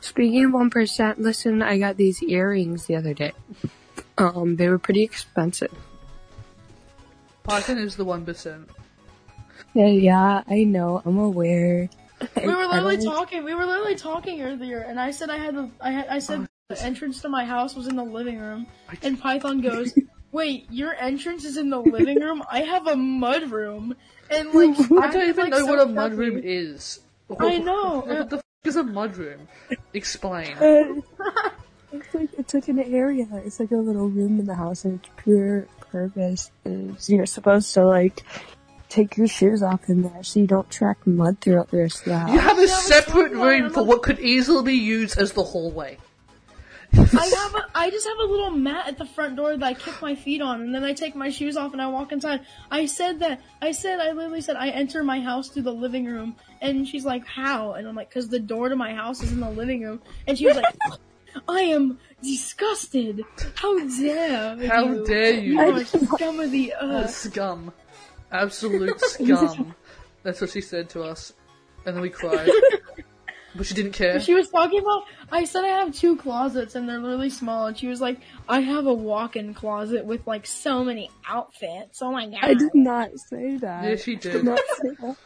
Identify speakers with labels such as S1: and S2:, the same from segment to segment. S1: Speaking of one percent, listen, I got these earrings the other day. Um, they were pretty expensive.
S2: Python is the one percent.
S1: Yeah, yeah, I know. I'm aware.
S3: We were literally talking. We were literally talking earlier, and I said I had the. I had. I said
S2: Oh.
S3: the entrance to my house was in the living room, and Python goes, "Wait, your entrance is in the living room? I have a mud room." And like,
S2: I don't
S3: acted
S2: even
S3: like
S2: know
S3: so
S2: what a mud
S3: preppy.
S2: room is.
S3: I know. Uh,
S2: What the f- is a mud room? Explain.
S1: It's like it's like an area. It's like a little room in the house, and its pure purpose is you're supposed to like take your shoes off in there so you don't track mud throughout the rest of the house.
S2: You have a
S3: that was
S2: separate
S3: so
S2: room
S3: fun.
S2: for what could easily be used as the hallway.
S3: I have a, I just have a little mat at the front door that I kick my feet on, and then I take my shoes off and I walk inside. I said that. I said I literally said I enter my house through the living room, and she's like, "How?" And I'm like, "Cause the door to my house is in the living room," and she was like. I am disgusted. How dare you?
S2: How dare you.
S3: You are scum of the
S2: Uh,
S3: earth.
S2: scum. Absolute scum. That's what she said to us. And then we cried. but she didn't care.
S3: She was talking about. I said I have two closets and they're really small, and she was like, "I have a walk-in closet with like so many outfits." Oh my god!
S1: I did not say that.
S2: Yeah, she
S1: I did
S2: did.
S1: not say that.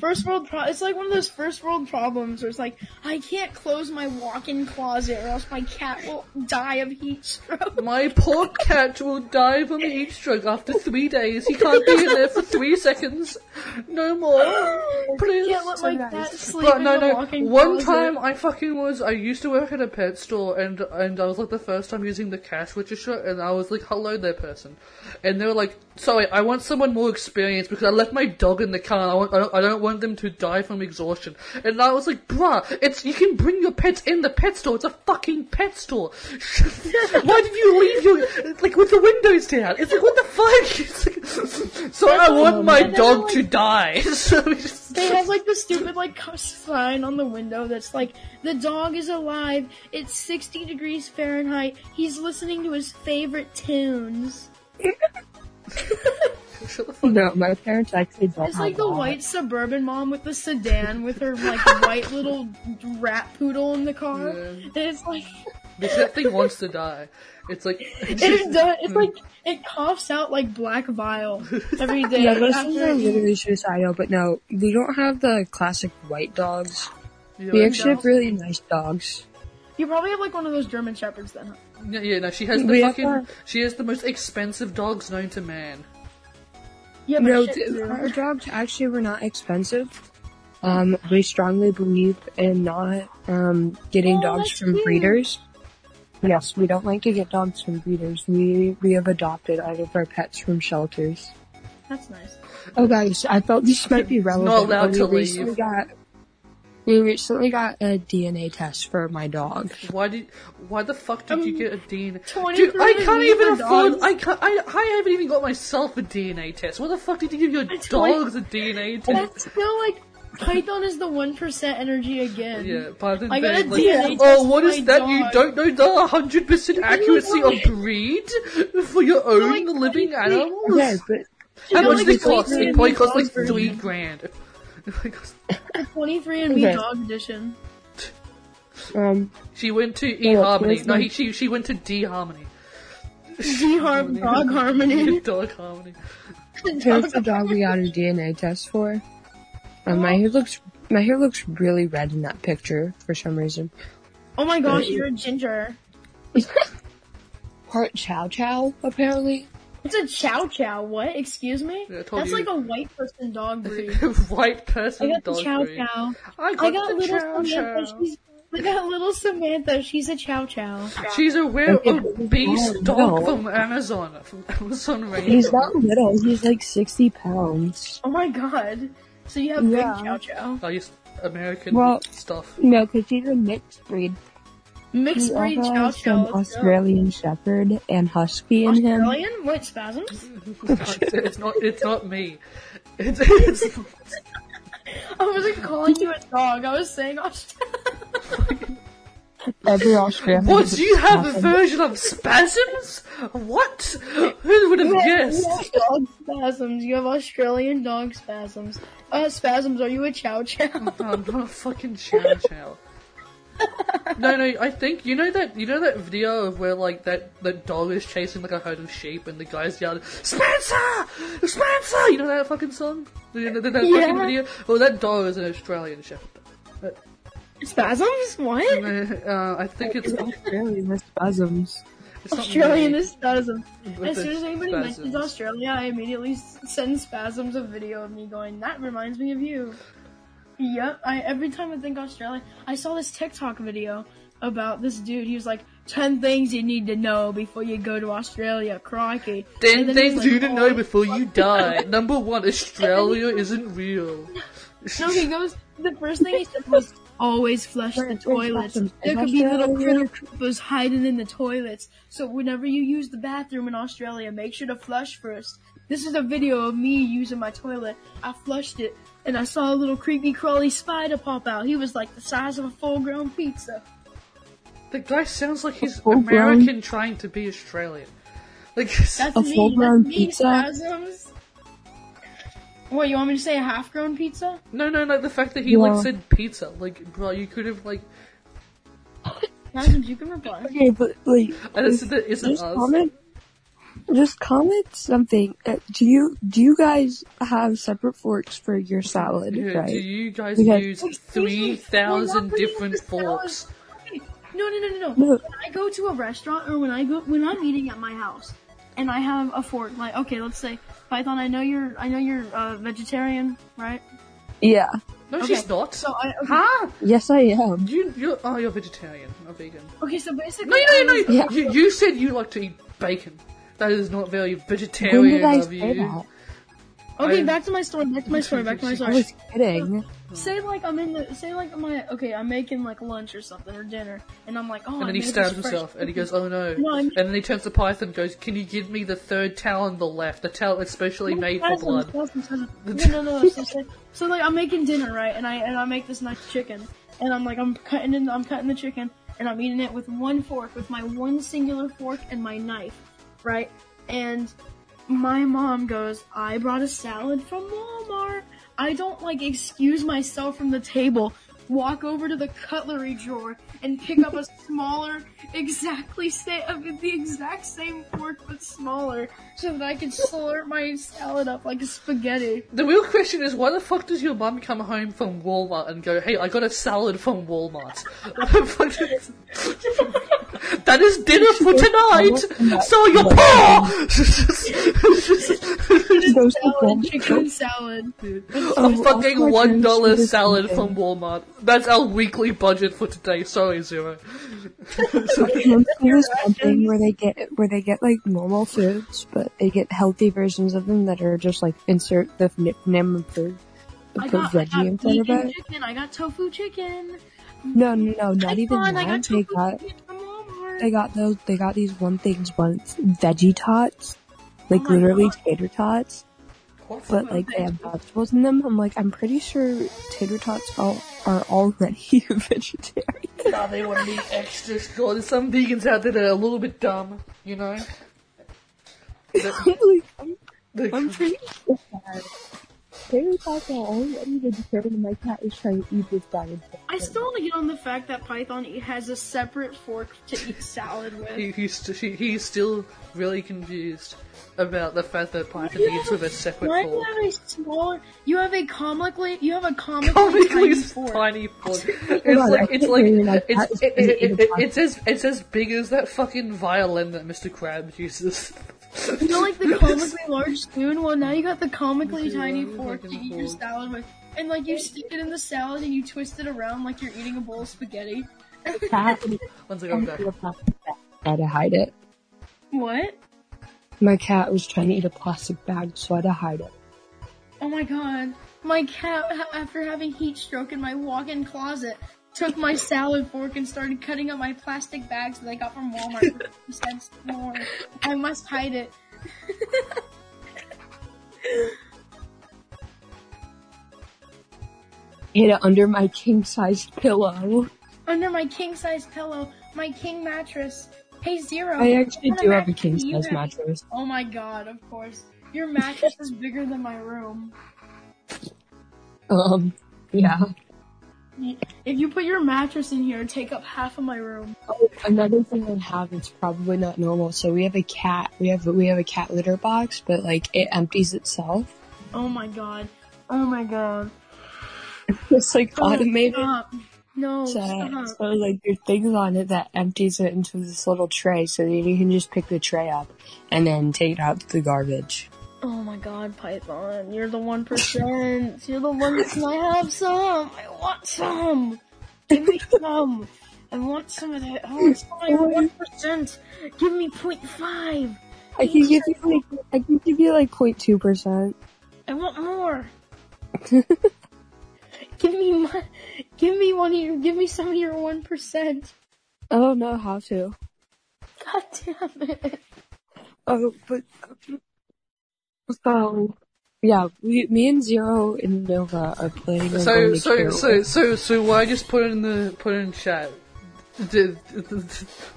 S3: First world pro- it's like one of those first world problems where it's like, I can't close my walk-in closet or else my cat will die of heat stroke.
S2: My poor cat will die from the heat stroke after three days. He can't be in there for three seconds. No more.
S3: I
S2: Please.
S3: can't let my
S1: nice.
S3: cat sleep
S2: But
S3: in
S2: no,
S3: the
S2: no.
S3: walk-in
S2: One
S3: closet.
S2: time I fucking was. I used to work at a pet store, and and I was like the first time using the cash register, and I was like, "Hello there, person," and they were like, "Sorry, I want someone more experienced because I left my dog in the car. And I want, I don't, I don't want them to die from exhaustion." And I was like, "Bruh, it's you can bring your pets in the pet store. It's a fucking pet store. Why did you leave your like with the windows down? It's like what the fuck." It's like, so I want my
S3: And then,
S2: dog
S3: like-
S2: to die. so we just.
S3: They have like the stupid like cuss sign on the window that's like, the dog is alive, it's 60 degrees Fahrenheit, he's listening to his favorite tunes.
S1: No, my parents actually don't.
S3: It's
S1: have
S3: like the
S1: that.
S3: white suburban mom with the sedan with her like white little rat poodle in the car.
S2: Yeah.
S3: And it's like
S2: Because that thing wants to die. It's like
S3: It is done. It's like it coughs out like black bile every day.
S1: Yeah, those
S3: After
S1: things are
S3: it-
S1: literally suicidal. But no, we don't have the classic white dogs.
S2: Yeah,
S1: We
S2: like-
S1: actually have really nice dogs.
S3: you probably have like one of those German shepherds then. huh?
S2: yeah, yeah, no, she has the
S1: We have
S2: fucking.
S1: our-
S2: She has the most expensive dogs known to man.
S3: Yeah, but
S1: No,
S3: shit,
S1: d-
S3: dude.
S1: our dogs actually were not expensive. Um, we strongly believe in not um, getting
S3: Oh,
S1: dogs
S3: that's
S1: from
S3: cute.
S1: breeders. Yes, we don't like to get dogs from breeders. We we have adopted all of our pets from shelters.
S3: that's nice.
S1: Oh, guys, I felt this might be relevant.
S2: allowed
S1: but
S2: to
S1: we recently
S2: leave.
S1: Got, we recently got a DNA test for my dog.
S2: Why did? Why the fuck did you get a DNA?
S3: 23
S2: Dude, I can't
S3: Um, million
S2: even afford.
S3: dogs.
S2: I can't. I, I haven't even got myself a DNA test. What the fuck did you give your
S3: twenty-
S2: dogs a DNA test?
S3: That's still like Python is the one percent energy again.
S2: Yeah, but then
S3: I got
S2: they,
S3: a
S2: like,
S3: DNA
S2: Oh,
S3: test
S2: what
S3: for
S2: is
S3: my
S2: that?
S3: dog.
S2: You don't know the hundred percent accuracy of
S3: like-
S2: breed for your own
S3: like,
S2: living animals.
S1: Yeah, but
S2: How
S3: got,
S2: much
S3: like,
S2: did it cost?
S3: twenty
S2: It probably
S3: million
S2: cost like
S3: dogs for
S2: three
S3: me.
S2: grand.
S3: The 23 and Me
S1: Okay.
S3: Dog Edition.
S1: um,
S2: She went to
S3: Oh,
S1: Yeah,
S2: eHarmony.
S1: where's
S2: No,
S1: my-
S2: he, she she went to D Harmony.
S3: D harm Dog Harmony.
S2: Dog Harmony.
S1: here's the dog we got a DNA test for. Um, my hair looks my hair looks really red in that picture for some reason.
S3: Oh my gosh, you're a ginger.
S1: Part Chow Chow apparently.
S3: It's a chow chow. What? Excuse me?
S2: Yeah, I told
S3: That's
S2: you.
S3: like a white person dog breed.
S2: White
S3: I
S2: person
S3: got the
S2: dog
S3: chow
S2: breed.
S3: chow.
S2: I got,
S3: I got
S2: the
S3: little
S2: chow
S3: Samantha.
S2: chow.
S3: She's, I got little Samantha. She's a chow chow.
S2: She's a rare
S1: Okay.
S2: obese
S1: Oh,
S2: dog
S1: no.
S2: from Amazon. From Amazon Rainbow.
S1: He's not little. He's like sixty pounds.
S3: Oh my god. So you have
S1: Yeah.
S3: big chow chow.
S2: I use American
S1: Well-
S2: stuff.
S1: No, because he's a mixed breed.
S3: Mixed
S1: He
S3: breed
S1: also
S3: chow
S1: has some
S3: chow. Let's go.
S1: Australian Shepherd and Husky in him.
S3: Australian? Wait, spasms?
S2: it's not. It's not me. It's, it's
S3: I wasn't calling you a dog. I was saying Australian.
S1: Every Australian.
S2: what? You have a version of spasms? What? Who would have guessed?
S3: You have dog spasms. You have Australian dog
S2: Oh,
S3: spasms. Uh, spasms, are you a chow chow?
S2: No, I'm not a fucking chow chow. No, no. I think you know that you know that video of where like that that dog is chasing like a herd of sheep and the guys yelling Spencer, Spencer. You know that fucking song? You know, that, that
S3: Yeah.
S2: fucking video. Well, that dog is an Australian shepherd.
S3: Spasms? What?
S2: Uh, I think it's
S1: It's Australia with spasms.
S2: it's not
S3: Australian
S2: really-
S3: is spasms.
S2: with
S3: As
S2: the
S3: soon as anybody mentions
S2: spasms.
S3: Australia, I immediately s- send spasms a video of me going, that reminds me of you. Yep, I every time I think Australia, I saw this TikTok video about this dude. He was like, 10 things you need to know before you go to Australia, crikey.
S2: Ten
S3: And then he was
S2: things
S3: like,
S2: you didn't
S3: "Oh,
S2: know before you die. Number one, Australia isn't real.
S3: No, he goes. The first thing he said was always flush the
S1: Where's- where's
S3: toilets.
S1: bathrooms?
S3: There
S1: In
S3: could be little critter
S1: Australia?
S3: creepers hiding in the toilets. So whenever you use the bathroom in Australia, make sure to flush first. This is a video of me using my toilet. I flushed it, and I saw a little creepy crawly spider pop out. He was like the size of a full-grown pizza.
S2: The guy sounds like he's
S1: full grown-
S2: American trying to be Australian. Like
S3: That's
S1: A
S3: me.
S1: full-grown
S3: That's me,
S1: pizza?
S3: Spasms. What you want me to say? A half-grown pizza?
S2: no, no, no. The fact that he
S1: Yeah.
S2: like said pizza, like bro, you could have like.
S3: Spasms, you can reply.
S1: Okay, but like,
S2: And it's, it's
S1: just
S2: us.
S1: comment. Just comment something. Uh, do you do you guys have separate forks for your salad?
S2: Yeah,
S1: right.
S2: Do you guys
S1: Because-
S2: use
S3: Excuse me,
S2: three thousand
S3: we're not putting
S2: different
S3: this down.
S2: forks?
S3: No, no, no, no, no.
S1: No.
S3: When I go to a restaurant or when I go when I'm eating at my house and I have a fork, like okay, let's say Python. I know you're I know you're uh, vegetarian, right?
S1: Yeah.
S2: No,
S3: Okay.
S2: she's not.
S3: So I okay,
S2: huh?
S1: Yes, I am.
S2: You, you? Oh, you're vegetarian, not vegan.
S3: okay so basically
S2: No, no, no.
S1: Yeah.
S2: You, you said you like to eat bacon. That is not very vegetarian
S1: When did I
S2: of you.
S1: say that?
S3: Okay,
S2: I-
S3: back to my story. Back to my story. Back to my
S1: I
S3: story.
S1: was kidding.
S3: Say like I'm in the say like my okay I'm making like lunch or something or dinner and I'm like oh
S2: And
S3: I
S2: then he
S3: made
S2: stabs
S3: this fresh
S2: himself, and he
S3: cookie.
S2: goes, "Oh no!"
S3: No, I'm-
S2: and then he turns to Python, and goes, "Can you give me the third towel on the left? The towel especially made for
S3: That's what
S2: blood."
S3: I'm supposed to- No, no, no. So, so, so, like, I'm making dinner, right? And I and I make this nice chicken, and I'm like, I'm cutting in, I'm cutting the chicken, and I'm eating it with one fork, with my one singular fork and my knife, right? And my mom goes, I brought a salad from Walmart. I don't like excuse myself from the table, walk over to the cutlery drawer and pick up a smaller, exactly same, the exact same fork but smaller, so that I can slurp my salad up like a spaghetti.
S2: The real question is, why the fuck does your mum come home from Walmart and go, "Hey, I got a salad from Walmart"? that is dinner for tonight. So you're poor.
S1: Those
S3: Salad,
S1: people.
S3: chicken salad.
S1: Oh,
S2: A fucking
S1: my
S2: one dollar
S1: parents do the
S2: salad
S1: same
S2: from Walmart. That's our weekly budget for today. Sorry, zero.
S1: Some school is something where they get where they get like normal foods, but they get healthy versions of them that are just like insert the n- name of the, the
S3: I got, I
S1: veggie in
S3: got
S1: front of
S3: vegan
S1: it.
S3: chicken. I got tofu chicken.
S1: No, no, no, not
S3: Come
S1: even
S3: on, I got
S1: that.
S3: tofu
S1: They got
S3: chicken from Walmart.
S1: they got those they got these one things buns veggie tots, like
S3: Oh my
S1: literally
S3: God.
S1: tater tots, but like um, they have vegetables in them. I'm like, I'm pretty sure tater tots all, are already vegetarian.
S2: Nah, they want to be extra score. There's some vegans out there that are a little bit dumb, you know?
S1: I'm like, I'm
S2: They-
S1: I'm pretty sure that Tater tots are already vegetarian and my cat is trying to eat this dinosaur.
S3: I still want to get on the fact that Python has a separate fork to eat salad with.
S2: he, he's, st- she, he's still really confused about the fact that Python eats with a
S3: Why
S2: separate
S3: do you
S2: fork.
S3: have a smaller? You have a comically, you have a comically,
S2: Comically
S3: tiny
S2: s-
S3: fork.
S2: tiny fork.
S1: Hold
S2: It's
S1: on, I
S2: like it's
S1: can't
S2: like
S1: really like that.
S2: it's
S1: It's
S2: it,
S1: gonna
S2: it,
S1: eat
S2: it,
S1: a
S2: it,
S1: pie.
S2: it's as it's as big as that fucking violin that Mr. Crab uses.
S3: You know, like the comically large spoon. Well, now you got the comically tiny fork to eat your salad with, and like you stick it in the salad and you twist it around like you're eating a bowl of spaghetti.
S1: cat
S2: Once I go back.
S1: I had to hide it.
S3: What?
S1: My cat was trying to eat a plastic bag, so I had to hide it.
S3: Oh my god. My cat, ha- after having heat stroke in my walk-in closet, took my salad fork and started cutting up my plastic bags that I got from Walmart for 50 cents more. I must hide it.
S1: Hid it under my king sized pillow.
S3: Under my king-size pillow, my king mattress. Hey, Zero.
S1: I actually
S3: what
S1: do have a
S3: mattress
S1: king
S3: do you
S1: sized
S3: have?
S1: mattress.
S3: Oh my god, of course. Your mattress is bigger than my room.
S1: Um, yeah.
S3: If you put your mattress in here, take up half of my room.
S4: Oh, another thing I have it's probably not normal. So we have a cat. We have we have a cat litter box, but like it empties itself.
S3: Oh my god. Oh my god.
S4: It's like
S3: Oh,
S4: automated.
S3: Stop. No,
S4: So,
S3: stop.
S4: so like there's things on it that empties it into this little tray, so that you can just pick the tray up and then take it out to the garbage.
S3: Oh my god, Python. You're the 1%. You're the one person. I have some. I want some. Give me some. I want some of that. Oh, it's fine. 1%. Give me 0.5.
S1: I can give you like I can give you like 02 percent.
S3: I want more. give me my, give me one of your, give me some of your one percent.
S1: I don't know how to.
S3: God damn it!
S1: Oh, but so yeah, we, me and Zero and Nova are playing. on
S2: So
S1: going to
S2: so
S1: kill.
S2: so so so why just put in the put in chat? The, the,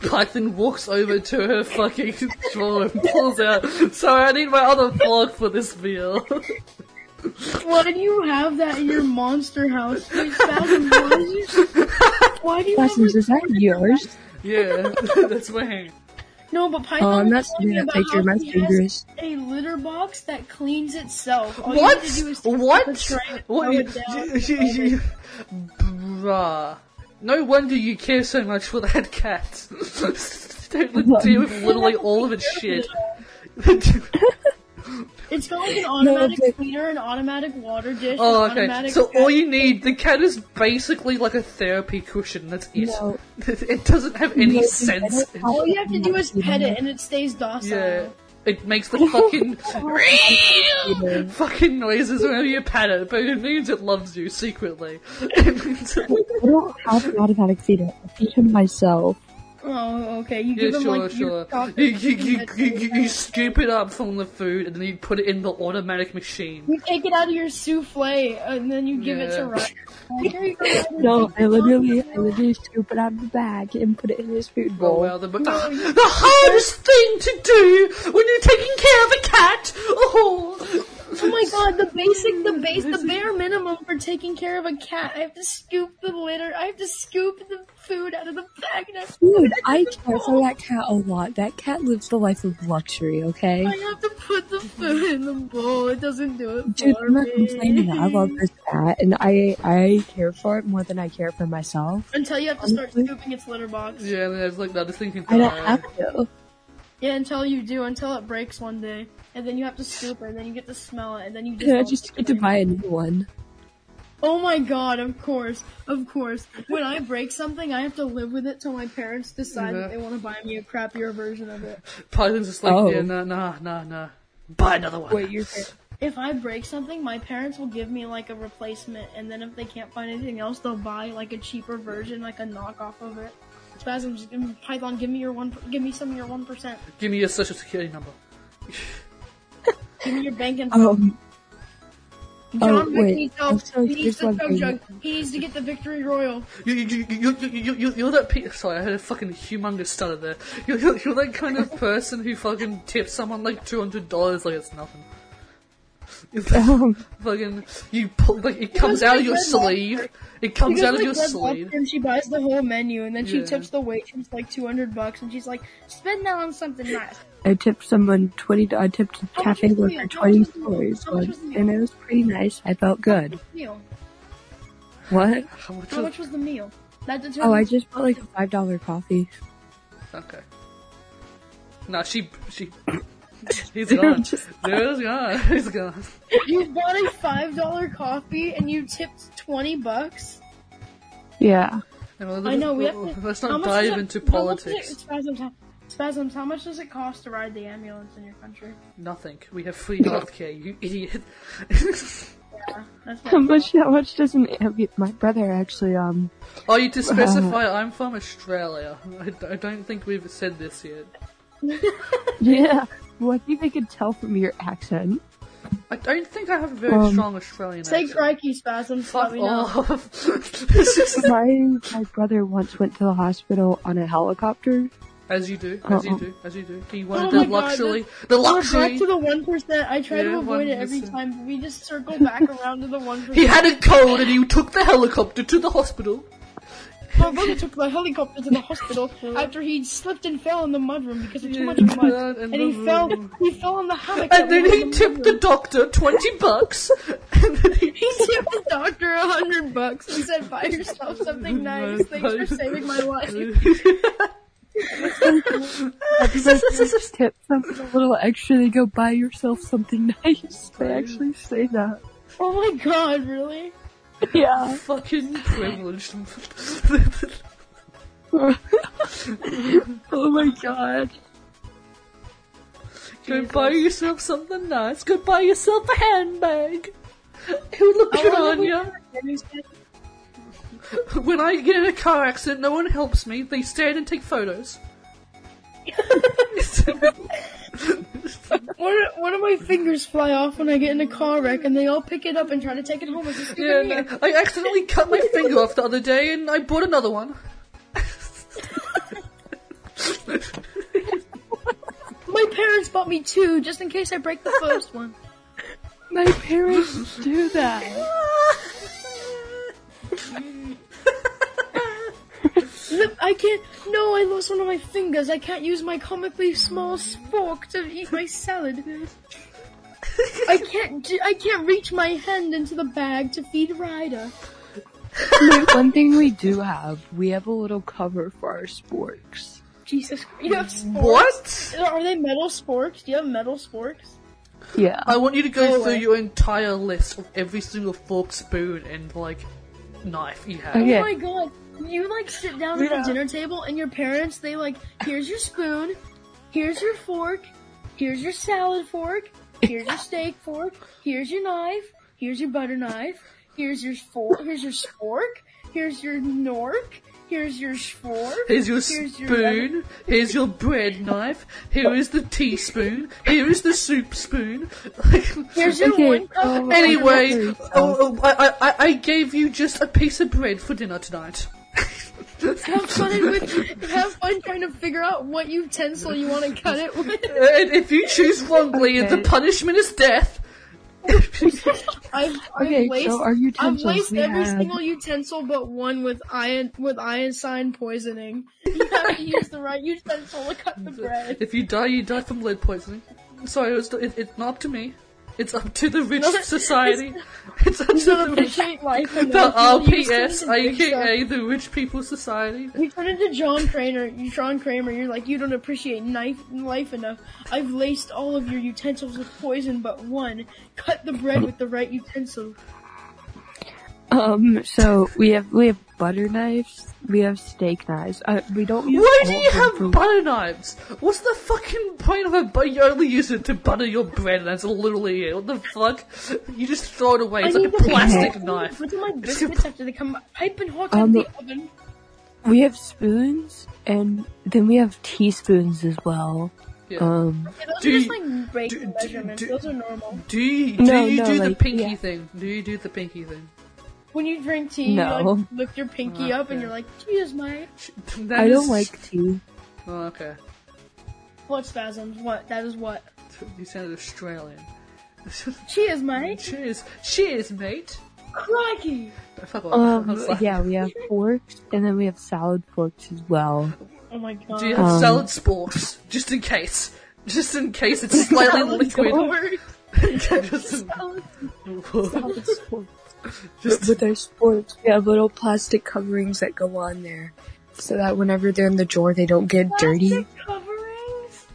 S2: the- Python walks over to her fucking drawer and pulls out. Sorry, I need my other fork for this meal.
S3: Why do you have that in your monster house? Please, Fathom, why do you- Why do you have
S1: Blessings,
S3: a-
S1: is that yours?
S2: yeah, that's my hand.
S3: No, but Python
S4: Oh, I'm
S3: was
S4: not
S3: telling
S4: doing
S3: me
S4: that.
S3: about
S4: Take your
S3: how
S4: mess
S3: he has
S4: fingers.
S3: a litter box that cleans itself. All you
S2: What?
S3: have to do is take
S2: What?
S3: the tray and
S2: What?
S3: throw it down.
S2: Bruh. No wonder you care so much for that cat. Don't deal with literally all of its shit.
S3: It's got like an automatic
S1: but-
S3: cleaner, an automatic water dish,
S2: oh,
S3: an
S2: okay.
S3: automatic
S2: So all you need, the cat is basically like a therapy cushion. That's it.
S1: No.
S2: It doesn't have any
S1: No,
S2: sense.
S1: I don't
S3: All you have to do is pet it and it stays docile.
S2: Yeah. It makes the fucking fucking noises whenever you pat it, but it means it loves you secretly. It means it
S1: I don't have an automatic feeder. I feed him myself.
S3: Oh, okay. You give
S2: Yeah,
S3: him
S2: sure,
S3: like
S2: sure.
S3: your chocolate
S2: You, you, you,
S3: peanut
S2: you,
S3: butter.
S2: you, you scoop it up from the food and then you put it in the automatic machine.
S3: You take it out of your souffle and then you give it
S2: Yeah.
S3: to Ryan. Like, here you go, Ryder,
S1: No,
S3: take
S1: I
S3: it
S1: literally,
S3: off.
S1: I literally scoop it out of the bag and put it in his food
S2: Oh,
S1: bowl.
S2: wow, the, the hardest thing to do when you're taking care of a cat! Oh!
S3: Oh my god, the basic, the base, the bare minimum for taking care of a cat. I have to scoop the litter. I have to scoop the food out of the bag. And I have to-
S4: Dude, I care for that cat a lot. That cat lives the life of luxury. Okay.
S3: I have to put the food in the bowl. It doesn't do it
S4: Dude,
S3: for
S4: I'm not
S3: me.
S4: complaining. I love this cat, and I I care for it more than I care for myself.
S3: Until you have to start scooping its litter box.
S2: Yeah, and then it's like, no, this thing can
S4: I don't
S2: die.
S4: have to.
S3: Yeah, until you do, until it breaks one day, and then you have to scoop it, and then you get to smell it, and then you just.
S4: Yeah, I
S3: don't
S4: just
S3: do
S4: get to
S3: it.
S4: buy a new one.
S3: Oh my god! Of course, of course. When I break something, I have to live with it till my parents decide
S2: Yeah.
S3: that they want to buy me a crappier version of it.
S2: Python's just like,
S4: Oh.
S2: yeah, nah, nah, nah, nah. Buy another one.
S4: Wait, you're
S3: If I break something, my parents will give me like a replacement, and then if they can't find anything else, they'll buy like a cheaper version, like a knockoff of it. Spasms, Python, give me your one. Give me some of your one percent.
S2: Give me your social security number.
S3: Give me your bank info.
S4: um.
S3: John
S4: oh,
S3: Wick
S4: wait,
S3: needs
S4: I'm
S3: help.
S4: sorry,
S3: he needs
S4: here's
S3: the
S4: one
S3: tub
S4: thing.
S3: jug. He needs to get the victory royal.
S2: You, you, you, you, you, you, you're that pe- sorry, I had a fucking humongous stutter there. You're, you're, you're that kind of person who fucking tips someone like two hundred dollars like it's nothing. fucking, you pull like it comes
S3: was
S2: out of
S3: like
S2: your
S3: Um. Red
S2: sleeve. It comes
S3: She
S2: out
S3: goes
S2: of your
S3: like Red Lobster
S2: sleeve.
S3: and she buys the whole menu, and then she
S2: Yeah.
S3: tips the waitress like two hundred bucks, and she's like, "Spend that on something nice."
S1: I tipped someone twenty. I
S4: Oh,
S1: tipped a
S3: How much
S1: cafe
S3: was the
S1: worker
S3: meal? How
S1: twenty
S3: much was the meal?
S1: dollars
S3: How much was
S1: once,
S3: the meal?
S1: and it was pretty nice. I felt good.
S3: Meal.
S4: What?
S2: How much
S3: How
S2: was-
S3: much was the meal? That determines.
S4: Oh, I just bought like a five dollar coffee.
S2: Okay. No, she she. He's gone. Zero's gone. He's gone.
S3: you bought a five dollar coffee and you tipped twenty bucks.
S1: Yeah.
S3: I know we have to.
S2: Oh, Let's
S3: how
S2: not
S3: much
S2: dive
S3: does it-
S2: into
S3: how much does
S2: politics.
S3: It, spasms, how- spasms. How much does it cost to ride the ambulance in your country?
S2: Nothing. We have free healthcare. You idiot.
S3: Yeah, that's
S1: How
S3: not
S1: much? How much does an ambu- My brother actually. Um.
S2: Oh, you to specify, I'm from Australia. I, I don't think we've said this yet.
S1: Yeah. What do you think I could tell from your accent?
S2: I don't think I have a very
S1: Um,
S2: strong Australian
S3: Say
S2: accent.
S3: crikey, spasms. let
S2: Fuck
S3: me know.
S2: off.
S1: My my brother once went to the hospital on a helicopter.
S2: As you do, as you do, as you do. Do you want
S3: Oh
S2: the
S3: my God,
S2: luxury?
S3: that's-
S2: The
S3: We're back
S2: luxury!
S3: to the one percent. I try
S2: Yeah,
S3: to avoid it every
S2: 1%.
S3: time. but We just circle back around to the one
S2: He
S3: percent.
S2: had a cold and he took the helicopter to the hospital.
S3: My brother took the helicopter to the hospital after he slipped and fell in the mudroom because of too much
S2: Yeah,
S3: mud,
S2: that and
S3: and he
S2: the
S3: fell.
S2: room.
S3: He fell on the hammock.
S2: And
S3: that
S2: then
S3: was
S2: he
S3: in
S2: tipped the
S3: mudroom.
S2: doctor 20 bucks. And then he
S3: He tipped the doctor a hundred bucks. He said, "Buy yourself
S2: Oh
S3: something nice. Thanks for saving my life."
S1: Because just tip something a little extra, they go buy yourself something nice. They actually say that.
S3: Oh my god! Really?
S1: Yeah.
S2: fucking privileged.
S1: Oh my god.
S2: Go buy yourself something nice. Go buy yourself a handbag. Hula piranha. When I get in a car accident, no one helps me. They stand and take photos.
S3: One, one of my fingers fly off when I get in a car wreck, and they all pick it up and try to take it home. It's a stupid
S2: Yeah,
S3: me.
S2: no, I accidentally cut my finger off the other day, and I bought another one.
S3: My parents bought me two just in case I break the first one.
S1: My parents do that.
S3: Look, I can't. No, I lost one of my fingers. I can't use my comically small fork to eat my salad. I can't. ju- I can't reach my hand into the bag to feed Ryder.
S1: one thing we do have, we have a little cover for our sporks.
S3: Jesus, Christ. you have sporks.
S2: What?
S3: Are they metal sporks? Do you have metal sporks?
S1: Yeah.
S2: I want you to go
S3: Go
S2: through
S3: away.
S2: your entire list of every single fork, spoon, and like knife you have.
S1: Okay.
S3: Oh my god. You like sit down at the
S1: Yeah.
S3: dinner table and your parents they like, here's your spoon, here's your fork, here's your salad fork, here's your steak fork, here's your knife, here's your butter knife, here's your fork, here's your spork, here's your nork, here's your fork.
S2: Here's your
S3: Here's your
S2: spoon. here's your bread knife. Here is the teaspoon. Here is the soup spoon.
S3: Here's your
S1: Okay,
S3: one cup.
S1: um,
S2: anyway,
S1: Another
S2: oh, oh, I, I, I gave you just a piece of bread for dinner tonight.
S3: have fun with have fun trying to figure out what utensil you want to cut it with.
S2: Uh, And if you choose wrongly,
S1: Okay.
S2: the punishment is death.
S3: I've,
S1: Okay,
S3: I've
S1: so
S3: wasted,
S1: our utensils
S3: I've wasted
S1: we
S3: every
S1: had-
S3: single utensil but one with iron with iodine poisoning. You have to use the right utensil to cut the bread.
S2: If you die, you die from lead poisoning. Sorry, it was, it, it's not up to me. It's up to the rich
S3: No, it's-
S2: society. It's up to the rich.
S3: Appreciate life and
S2: The
S3: love. You just
S2: RPS,
S3: turn into big stuff.
S2: aka the Rich People Society.
S3: You turn into John Kramer. You John Kramer. You're like you don't appreciate knife life enough. I've laced all of your utensils with poison, but one. Cut the bread with the right utensil.
S1: Um, so we have we have butter knives, we have steak knives. Uh, we don't use.
S2: Why do
S1: all
S2: you
S1: of them
S2: have
S1: for-
S2: butter knives? What's the fucking point of a butter? You only use it to butter your bread, and that's literally it. What the fuck? You just throw it away. It's like a
S3: need to-
S2: plastic
S3: I
S2: knife.
S3: Put my biscuits after they come pipe and hot out
S1: Um,
S3: of the oven.
S1: We have spoons, and then we have teaspoons as well.
S2: Yeah.
S1: Um,
S3: Yeah, those
S2: Do
S3: are just
S2: you-
S3: like break
S2: do- do-
S3: measurements.
S2: do-
S3: those are normal.
S2: do you do,
S1: No,
S2: you
S1: no,
S2: do the
S1: like,
S2: pinky
S1: yeah.
S2: thing? Do you do the pinky thing?
S3: When you drink tea, you
S1: No.
S3: like lift your pinky
S2: Oh,
S3: up and
S2: okay.
S3: you're like, Jesus, my
S2: That
S1: I don't
S2: is-
S1: like tea.
S2: Oh, okay.
S3: blood spasms. What? That is what.
S2: You sounded Australian.
S3: Cheers, mate.
S2: Cheers, cheers, mate.
S3: Crikey.
S2: Fuck off.
S1: Um, yeah, we have forks, and then we have salad forks as well.
S3: Oh my god.
S2: Do you have
S1: Um,
S2: salad sporks just in case? Just in case it's slightly
S3: Salad
S2: liquid.
S3: fork.
S2: just,
S1: Salad
S3: Salad-
S1: forks.
S2: just
S4: With our sports, we have little plastic coverings that go on there, so that whenever they're in the drawer, they don't get dirty.
S3: Plastic coverings.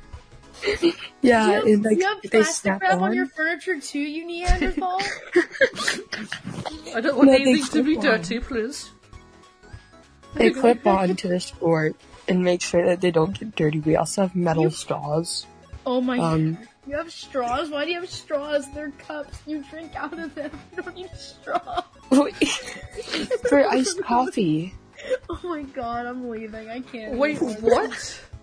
S4: Yeah,
S3: You have,
S4: and like
S3: you have
S4: they
S3: plastic
S4: snap
S3: wrap on.
S4: on.
S3: your furniture too, you Neanderthal.
S2: I don't want
S4: No, they
S2: anything to be
S4: clip on.
S2: dirty, please.
S4: They clip on to the sport and make sure that they don't get dirty. We also have metal straws.
S3: oh my.
S4: Um,
S3: you have straws. Why do you have straws? They're cups. You drink out of them. You don't need straws.
S4: for iced coffee.
S3: Oh my god, I'm leaving. I can't.
S2: Wait,
S3: anymore.
S2: what?